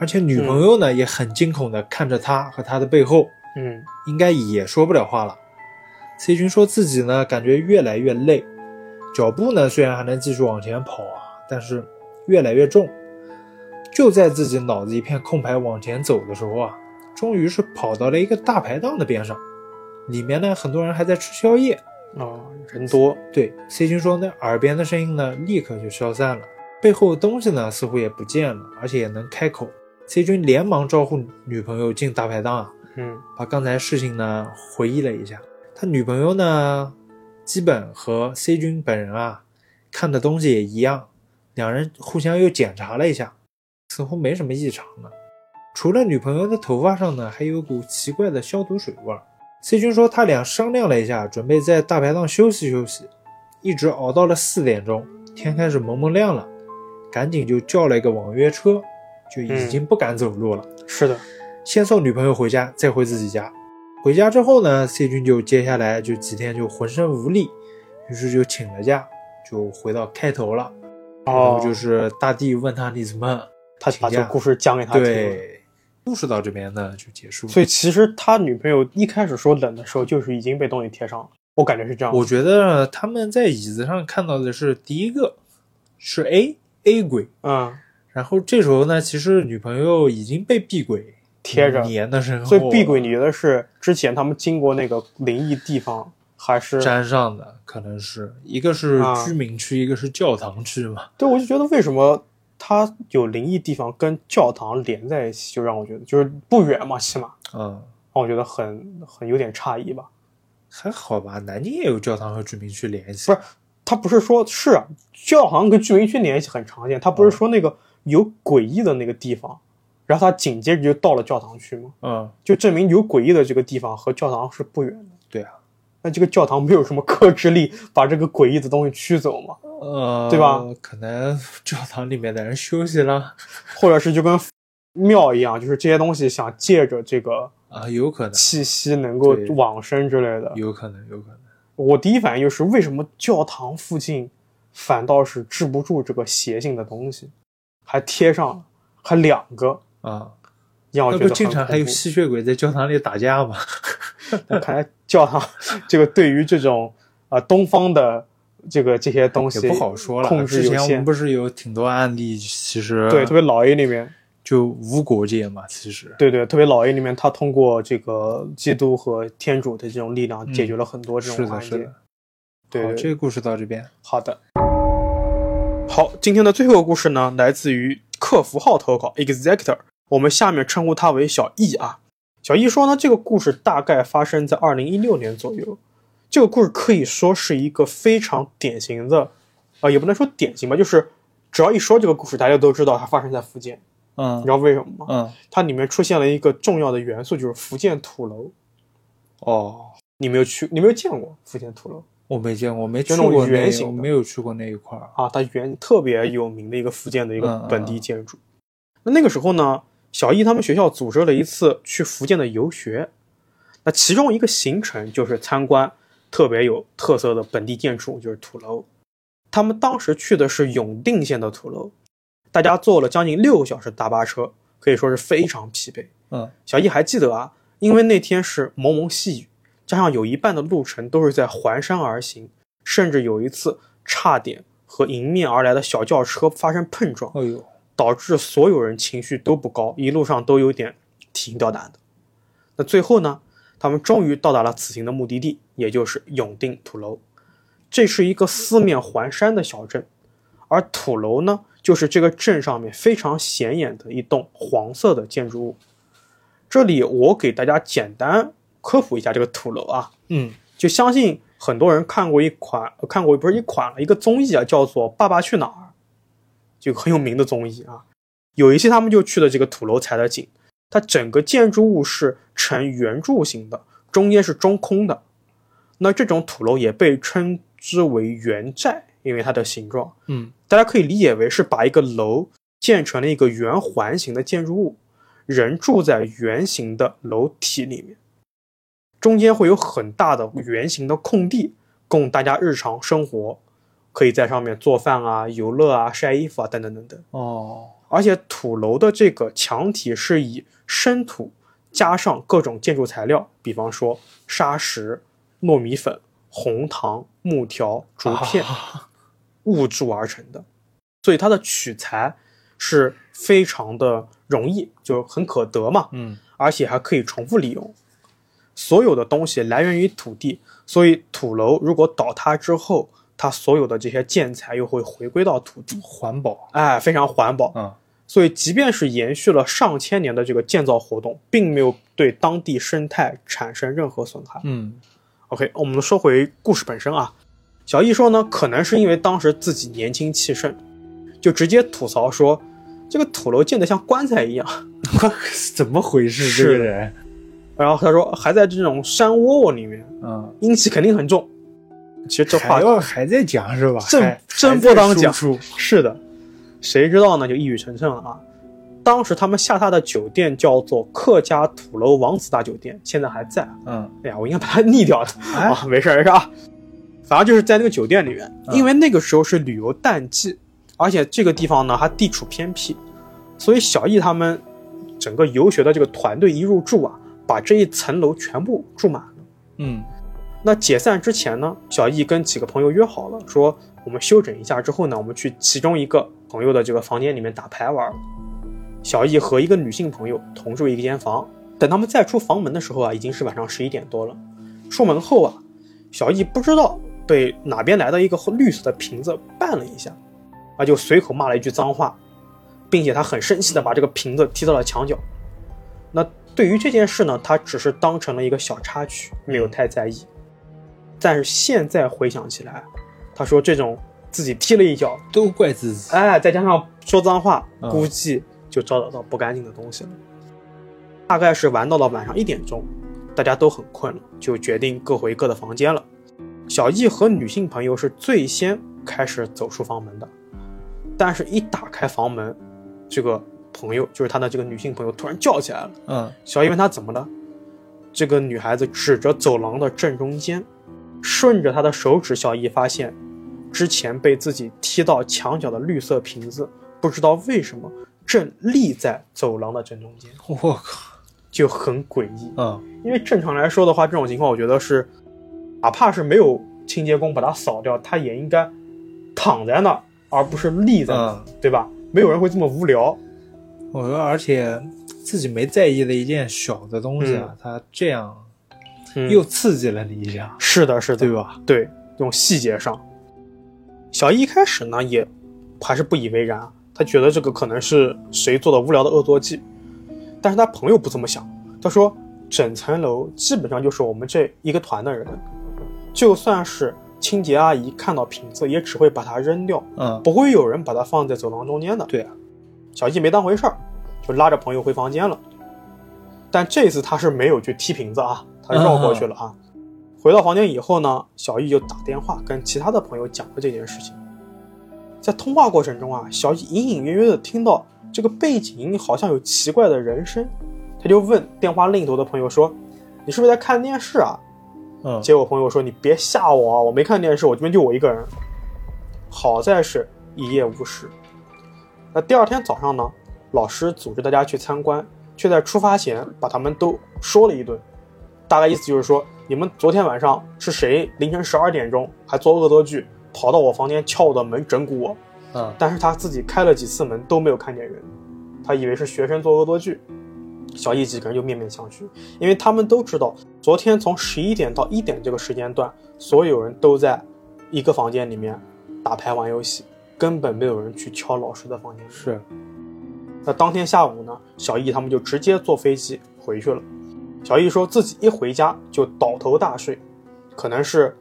Speaker 2: 而且女朋友呢、也很惊恐的看着他和他的背后，
Speaker 1: 嗯
Speaker 2: 应该也说不了话了。C 君说自己呢，感觉越来越累，脚步呢虽然还能继续往前跑啊，但是越来越重。就在自己脑子一片空白往前走的时候啊，终于是跑到了一个大排档的边上，里面呢很多人还在吃宵夜。
Speaker 1: 啊，人多，
Speaker 2: 对 C 君说，那耳边的声音呢立刻就消散了，背后的东西呢似乎也不见了，而且也能开口。C 君连忙招呼女朋友进大排档啊，
Speaker 1: 嗯
Speaker 2: 把刚才事情呢回忆了一下。他女朋友呢，基本和 C 君本人啊看的东西也一样，两人互相又检查了一下，似乎没什么异常呢。除了女朋友的头发上呢，还有股奇怪的消毒水味儿。C 君说他俩商量了一下，准备在大排档休息休息，一直熬到了四点钟，天开始蒙蒙亮了，赶紧就叫了一个网约车，就已经不敢走路了。
Speaker 1: 是的，
Speaker 2: 先送女朋友回家，再回自己家。回家之后呢，C 君就接下来就几天就浑身无力，于是就请了假，就回到开头了。然后
Speaker 1: 哦，
Speaker 2: 就是大帝问他你怎么
Speaker 1: 他把这个故事讲给他听了。
Speaker 2: 对，故事到这边呢就结束了。
Speaker 1: 所以其实他女朋友一开始说冷的时候，就是已经被东西贴上了，我感觉是这样。
Speaker 2: 我觉得他们在椅子上看到的是第一个是 A A 鬼，
Speaker 1: 嗯，
Speaker 2: 然后这时候呢，其实女朋友已经被 B 鬼
Speaker 1: 贴着
Speaker 2: 粘的身后
Speaker 1: 所以避
Speaker 2: 了
Speaker 1: 鬼，你觉得是之前他们经过那个灵异地方，还是？
Speaker 2: 粘上的，可能是一个是
Speaker 1: 啊
Speaker 2: 居民区，一个是教堂区嘛。
Speaker 1: 对，我就觉得为什么它有灵异地方跟教堂连在一起，就让我觉得就是不远嘛，起码
Speaker 2: 嗯，
Speaker 1: 让我觉得很很有点诧异吧。
Speaker 2: 还好吧，南京也有教堂和居民区联系。
Speaker 1: 不是他不是说是啊教堂跟居民区联系很常见，他不是说那个有诡异的那个地方，然后他紧接着就到了教堂去吗？
Speaker 2: 嗯，
Speaker 1: 就证明有诡异的这个地方和教堂是不远的。
Speaker 2: 对啊，
Speaker 1: 那这个教堂没有什么克制力把这个诡异的东西驱走吗？
Speaker 2: 呃，
Speaker 1: 对吧？
Speaker 2: 可能教堂里面的人休息了
Speaker 1: 或者是就跟庙一样，就是这些东西想借着这个
Speaker 2: 啊，有可能，
Speaker 1: 气息能够
Speaker 2: 对
Speaker 1: 往生之类的。
Speaker 2: 有可能，有可能。
Speaker 1: 我第一反应就是为什么教堂附近反倒是治不住这个邪性的东西，还贴上了，还两个，
Speaker 2: 啊，
Speaker 1: 让我
Speaker 2: 那
Speaker 1: 觉得
Speaker 2: 不
Speaker 1: 很
Speaker 2: 经常还
Speaker 1: 恐
Speaker 2: 有
Speaker 1: 怖
Speaker 2: 吸血鬼在教堂里打 架吗？
Speaker 1: 那看来教堂这个对于这种呃东方的这个这些东
Speaker 2: 也
Speaker 1: 西
Speaker 2: 不好说了。
Speaker 1: 控制
Speaker 2: 之
Speaker 1: 有
Speaker 2: 前我
Speaker 1: 限
Speaker 2: 们。不是有挺多案例，其实
Speaker 1: 对，特别老 A 里面，
Speaker 2: 就无国界嘛，其实
Speaker 1: 对对，特别老 A 里面，他通过这个基督和天主的这种力量，解
Speaker 2: 嗯
Speaker 1: 决了很多这
Speaker 2: 是
Speaker 1: 种
Speaker 2: 的，
Speaker 1: 案
Speaker 2: 是
Speaker 1: 件。
Speaker 2: 的。
Speaker 1: 对
Speaker 2: 好，
Speaker 1: 对，
Speaker 2: 这个故事到这边。
Speaker 1: 好的。好，今天的最后一个故事呢，来自于客服号投稿 Executor，我们下面称呼他为小易啊。小易说呢，这个故事大概发生在二零一六年左右。这个故事可以说是一个非常典型的，啊、也不能说典型吧，就是只要一说这个故事，大家都知道它发生在福建。
Speaker 2: 嗯
Speaker 1: 你知道为什么吗？
Speaker 2: 嗯，
Speaker 1: 它里面出现了一个重要的元素，就是福建土楼。
Speaker 2: 哦，
Speaker 1: 你没有去，你没有见过福建土楼？
Speaker 2: 我没见过，我没去
Speaker 1: 就那种
Speaker 2: 过那
Speaker 1: 圆形
Speaker 2: 我
Speaker 1: 的
Speaker 2: 没有去过那一块儿。
Speaker 1: 啊，它原特别有名的一个福建的一
Speaker 2: 嗯
Speaker 1: 个
Speaker 2: 嗯
Speaker 1: 本地建筑。那那个时候呢，小易他们学校组织了一次去福建的游学，那其中一个行程就是参观特别有特色的本地建筑，就是土楼。他们当时去的是永定县的土楼，大家坐了将近六个小时大巴车，可以说是非常疲惫。
Speaker 2: 嗯
Speaker 1: 小易还记得啊，因为那天是蒙蒙细雨，加上有一半的路程都是在环山而行，甚至有一次差点和迎面而来的小轿车发生碰撞，
Speaker 2: 哎呦，
Speaker 1: 导致所有人情绪都不高，一路上都有点提心吊胆的。那最后呢，他们终于到达了此行的目的地，也就是永定土楼。这是一个四面环山的小镇，而土楼呢，就是这个镇上面非常显眼的一栋黄色的建筑物。这里我给大家简单科普一下这个土楼啊，
Speaker 2: 嗯，
Speaker 1: 就相信很多人看过一款，呃看过不是一款了，一个综艺啊，叫做《爸爸去哪儿》，就很有名的综艺啊。有一期他们就去了这个土楼采的景，它整个建筑物是呈圆柱形的，中间是中空的。那这种土楼也被称之为圆寨，因为它的形状。
Speaker 2: 嗯，
Speaker 1: 大家可以理解为是把一个楼建成了一个圆环形的建筑物，人住在圆形的楼体里面，中间会有很大的圆形的空地，供大家日常生活，可以在上面做饭啊、游乐啊、晒衣服啊等等等等。
Speaker 2: 哦，
Speaker 1: 而且土楼的这个墙体是以生土加上各种建筑材料，比方说砂石、糯米粉、红糖、木条、竹片
Speaker 2: 啊
Speaker 1: 误铸而成的，所以它的取材是非常的容易，就很可得嘛，
Speaker 2: 嗯，
Speaker 1: 而且还可以重复利用。所有的东西来源于土地，所以土楼如果倒塌之后，它所有的这些建材又会回归到土地，
Speaker 2: 环保，
Speaker 1: 哎，非常环保。
Speaker 2: 嗯，
Speaker 1: 所以，即便是延续了上千年的这个建造活动，并没有对当地生态产生任何损害。
Speaker 2: 嗯，
Speaker 1: OK，我们说回故事本身啊。小易说呢，可能是因为当时自己年轻气盛，就直接吐槽说，这个土楼建得像棺材一样。
Speaker 2: 怎么回事？
Speaker 1: 是
Speaker 2: 这个人，
Speaker 1: 然后他说，还在这种山窝窝里面，
Speaker 2: 嗯，
Speaker 1: 阴气肯定很重。其实这话
Speaker 2: 还要还在讲是吧？
Speaker 1: 这
Speaker 2: 还
Speaker 1: 真不当讲
Speaker 2: 还在输出
Speaker 1: 是的，谁知道呢？就一语成谶了啊！当时他们下榻的酒店叫做客家土楼王子大酒店，现在还在。
Speaker 2: 嗯，
Speaker 1: 哎呀，我应该把它逆掉的、
Speaker 2: 哎
Speaker 1: 啊，没事儿没事儿啊。反正就是在那个酒店里面，
Speaker 2: 嗯
Speaker 1: 因为那个时候是旅游淡季，而且这个地方呢它地处偏僻，所以小易他们整个游学的这个团队一入住啊，把这一层楼全部住满了。
Speaker 2: 嗯，
Speaker 1: 那解散之前呢，小易跟几个朋友约好了，说我们休整一下之后呢，我们去其中一个朋友的这个房间里面打牌玩。小易和一个女性朋友同住一间房。等他们再出房门的时候啊，已经是晚上十一点多了。出门后啊，小易不知道被哪边来的一个绿色的瓶子绊了一下，啊，就随口骂了一句脏话，并且他很生气的把这个瓶子踢到了墙角。那对于这件事呢，他只是当成了一个小插曲，没有太在意。但是现在回想起来，他说这种自己踢了一脚，
Speaker 2: 都怪自己，
Speaker 1: 哎，再加上说脏话，
Speaker 2: 嗯
Speaker 1: 估计就招惹到不干净的东西了。大概是玩到了晚上一点钟，大家都很困了，就决定各回各的房间了。小易和女性朋友是最先开始走出房门的，但是一打开房门，这个朋友就是他的这个女性朋友突然叫起来了。
Speaker 2: 嗯，
Speaker 1: 小易问她怎么了，这个女孩子指着走廊的正中间，顺着她的手指，小易发现，之前被自己踢到墙角的绿色瓶子，不知道为什么正立在走廊的正中间，
Speaker 2: 我靠，
Speaker 1: 就很诡异。
Speaker 2: 嗯，
Speaker 1: 因为正常来说的话，这种情况我觉得是，哪怕是没有清洁工把它扫掉，它也应该躺在那儿，而不是立在那儿，
Speaker 2: 嗯
Speaker 1: 对吧？没有人会这么无聊。
Speaker 2: 我说，而且自己没在意的一件小的东西啊，他这样
Speaker 1: 嗯
Speaker 2: 又刺激了你一下，
Speaker 1: 是的，是的，
Speaker 2: 对吧？
Speaker 1: 对，这种细节上，小易一开始呢也还是不以为然，啊他觉得这个可能是谁做的无聊的恶作剧，但是他朋友不这么想，他说整层楼基本上就是我们这一个团的人，就算是清洁阿姨看到瓶子，也只会把它扔掉，
Speaker 2: 嗯，
Speaker 1: 不会有人把它放在走廊中间的。
Speaker 2: 对啊，
Speaker 1: 小易没当回事儿，就拉着朋友回房间了。但这次他是没有去踢瓶子啊，他绕过去了啊。回到房间以后呢，小易就打电话跟其他的朋友讲了这件事情。在通话过程中啊，小易隐隐约约的听到这个背景音好像有奇怪的人声，他就问电话另一头的朋友说：“你是不是在看电视啊？”
Speaker 2: 嗯，
Speaker 1: 结果朋友说：“你别吓我啊，我没看电视，我这边就我一个人。”好在是一夜无事。那第二天早上呢，老师组织大家去参观，却在出发前把他们都说了一顿，大概意思就是说，你们昨天晚上是谁凌晨十二点钟还做恶作剧，跑到我房间敲我的门整蛊我，
Speaker 2: 嗯，
Speaker 1: 但是他自己开了几次门都没有看见人，他以为是学生做恶作剧。小易几个人就面面相觑，因为他们都知道，昨天从十一点到一点这个时间段，所有人都在一个房间里面打牌玩游戏，根本没有人去敲老师的房间门。
Speaker 2: 是，
Speaker 1: 那当天下午呢，小易他们就直接坐飞机回去了。小易说自己一回家就倒头大睡，可能是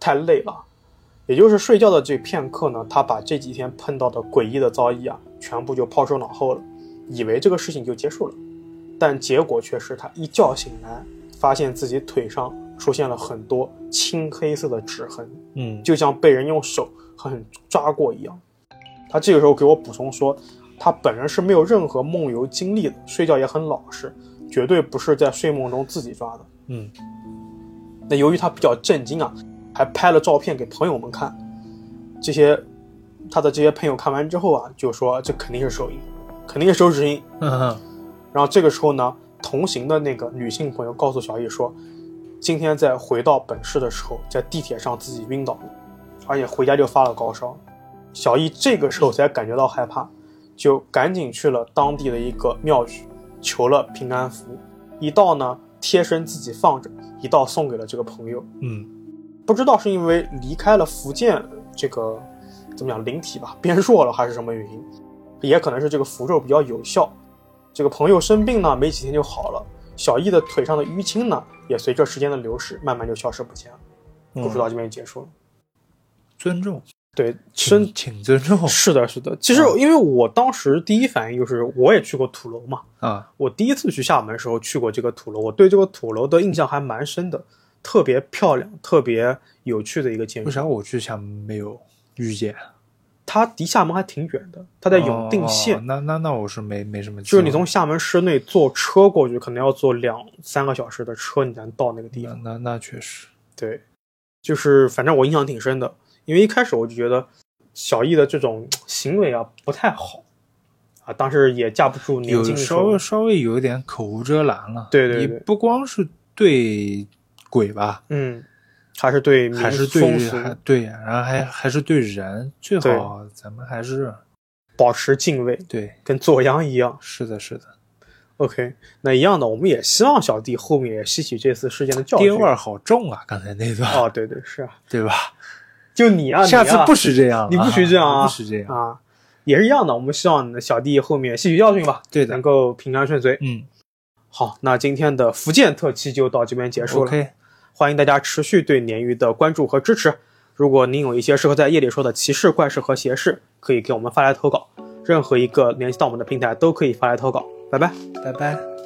Speaker 1: 太累了。也就是睡觉的这片刻呢，他把这几天碰到的诡异的遭遇啊，全部就抛诸脑后了，以为这个事情就结束了。但结果却是他一觉醒来，发现自己腿上出现了很多青黑色的指痕。
Speaker 2: 嗯，
Speaker 1: 就像被人用手狠狠抓过一样。他这个时候给我补充说，他本人是没有任何梦游经历的，睡觉也很老实，绝对不是在睡梦中自己抓的。
Speaker 2: 嗯，
Speaker 1: 那由于他比较震惊啊，还拍了照片给朋友们看。这些他的这些朋友看完之后啊，就说这肯定是手淫，肯定是手指印。
Speaker 2: 嗯
Speaker 1: 然后这个时候呢，同行的那个女性朋友告诉小易说，今天在回到本市的时候，在地铁上自己晕倒了，而且回家就发了高烧。小易这个时候才感觉到害怕，就赶紧去了当地的一个庙宇，求了平安符，一道呢贴身自己放着，一道送给了这个朋友。
Speaker 2: 嗯
Speaker 1: 不知道是因为离开了福建这个怎么讲灵体吧 变弱了，还是什么原因，也可能是这个符咒比较有效。这个朋友生病呢，没几天就好了。小易的腿上的淤青呢，也随着时间的流逝，慢慢就消失不见了。
Speaker 2: 嗯，
Speaker 1: 故事到这边就结束了。
Speaker 2: 尊重，
Speaker 1: 对，
Speaker 2: 请
Speaker 1: 身
Speaker 2: 请尊重
Speaker 1: 是的，是的。其实因为我当时第一反应就是，我也去过土楼嘛，
Speaker 2: 啊，
Speaker 1: 我第一次去厦门的时候去过这个土楼，我对这个土楼的印象还蛮深的，特别漂亮，特别有趣的一个建筑
Speaker 2: 为。啥我去厦门没有遇见？
Speaker 1: 它离厦门还挺远的，它在永定县，
Speaker 2: 哦那那那我是没没什么机
Speaker 1: 就
Speaker 2: 会，
Speaker 1: 是你从厦门市内坐车过去，可能要坐两三个小时的车，你才能到那个地
Speaker 2: 那
Speaker 1: 方。
Speaker 2: 那那确实，
Speaker 1: 对，就是反正我印象挺深的，因为一开始我就觉得小易的这种行为啊不太好啊，当时也架不住年
Speaker 2: 有
Speaker 1: 轻的时
Speaker 2: 稍
Speaker 1: 候
Speaker 2: 微，稍微有一点口无遮拦了。
Speaker 1: 对对对
Speaker 2: 你不光是对鬼吧，
Speaker 1: 嗯，还是对民
Speaker 2: 还是对
Speaker 1: 风俗
Speaker 2: 还对，然后还还是对人，最
Speaker 1: 对
Speaker 2: 好咱们还是
Speaker 1: 保持敬畏，
Speaker 2: 对，
Speaker 1: 跟左阳一样。
Speaker 2: 是的，是的。
Speaker 1: OK，那一样的，我们也希望小弟后面也吸取这次事件的教
Speaker 2: 爹
Speaker 1: 训。
Speaker 2: 味儿好重啊，刚才那段，
Speaker 1: 哦，对对是啊，
Speaker 2: 对吧？
Speaker 1: 就你啊，
Speaker 2: 下次
Speaker 1: 你啊
Speaker 2: 不许这样了啊，
Speaker 1: 你不许这样啊
Speaker 2: 不许这样。
Speaker 1: 啊，也是一样的。我们希望你的小弟后面吸取教训吧，
Speaker 2: 对的
Speaker 1: 能够平安顺遂。
Speaker 2: 嗯
Speaker 1: 好，那今天的福建特辑就到这边结束了。
Speaker 2: ，OK，
Speaker 1: 欢迎大家持续对鲶鱼的关注和支持。如果您有一些适合在夜里说的奇事、怪事和邪事，可以给我们发来投稿，任何一个联系到我们的平台都可以发来投稿。拜拜。
Speaker 2: 拜拜。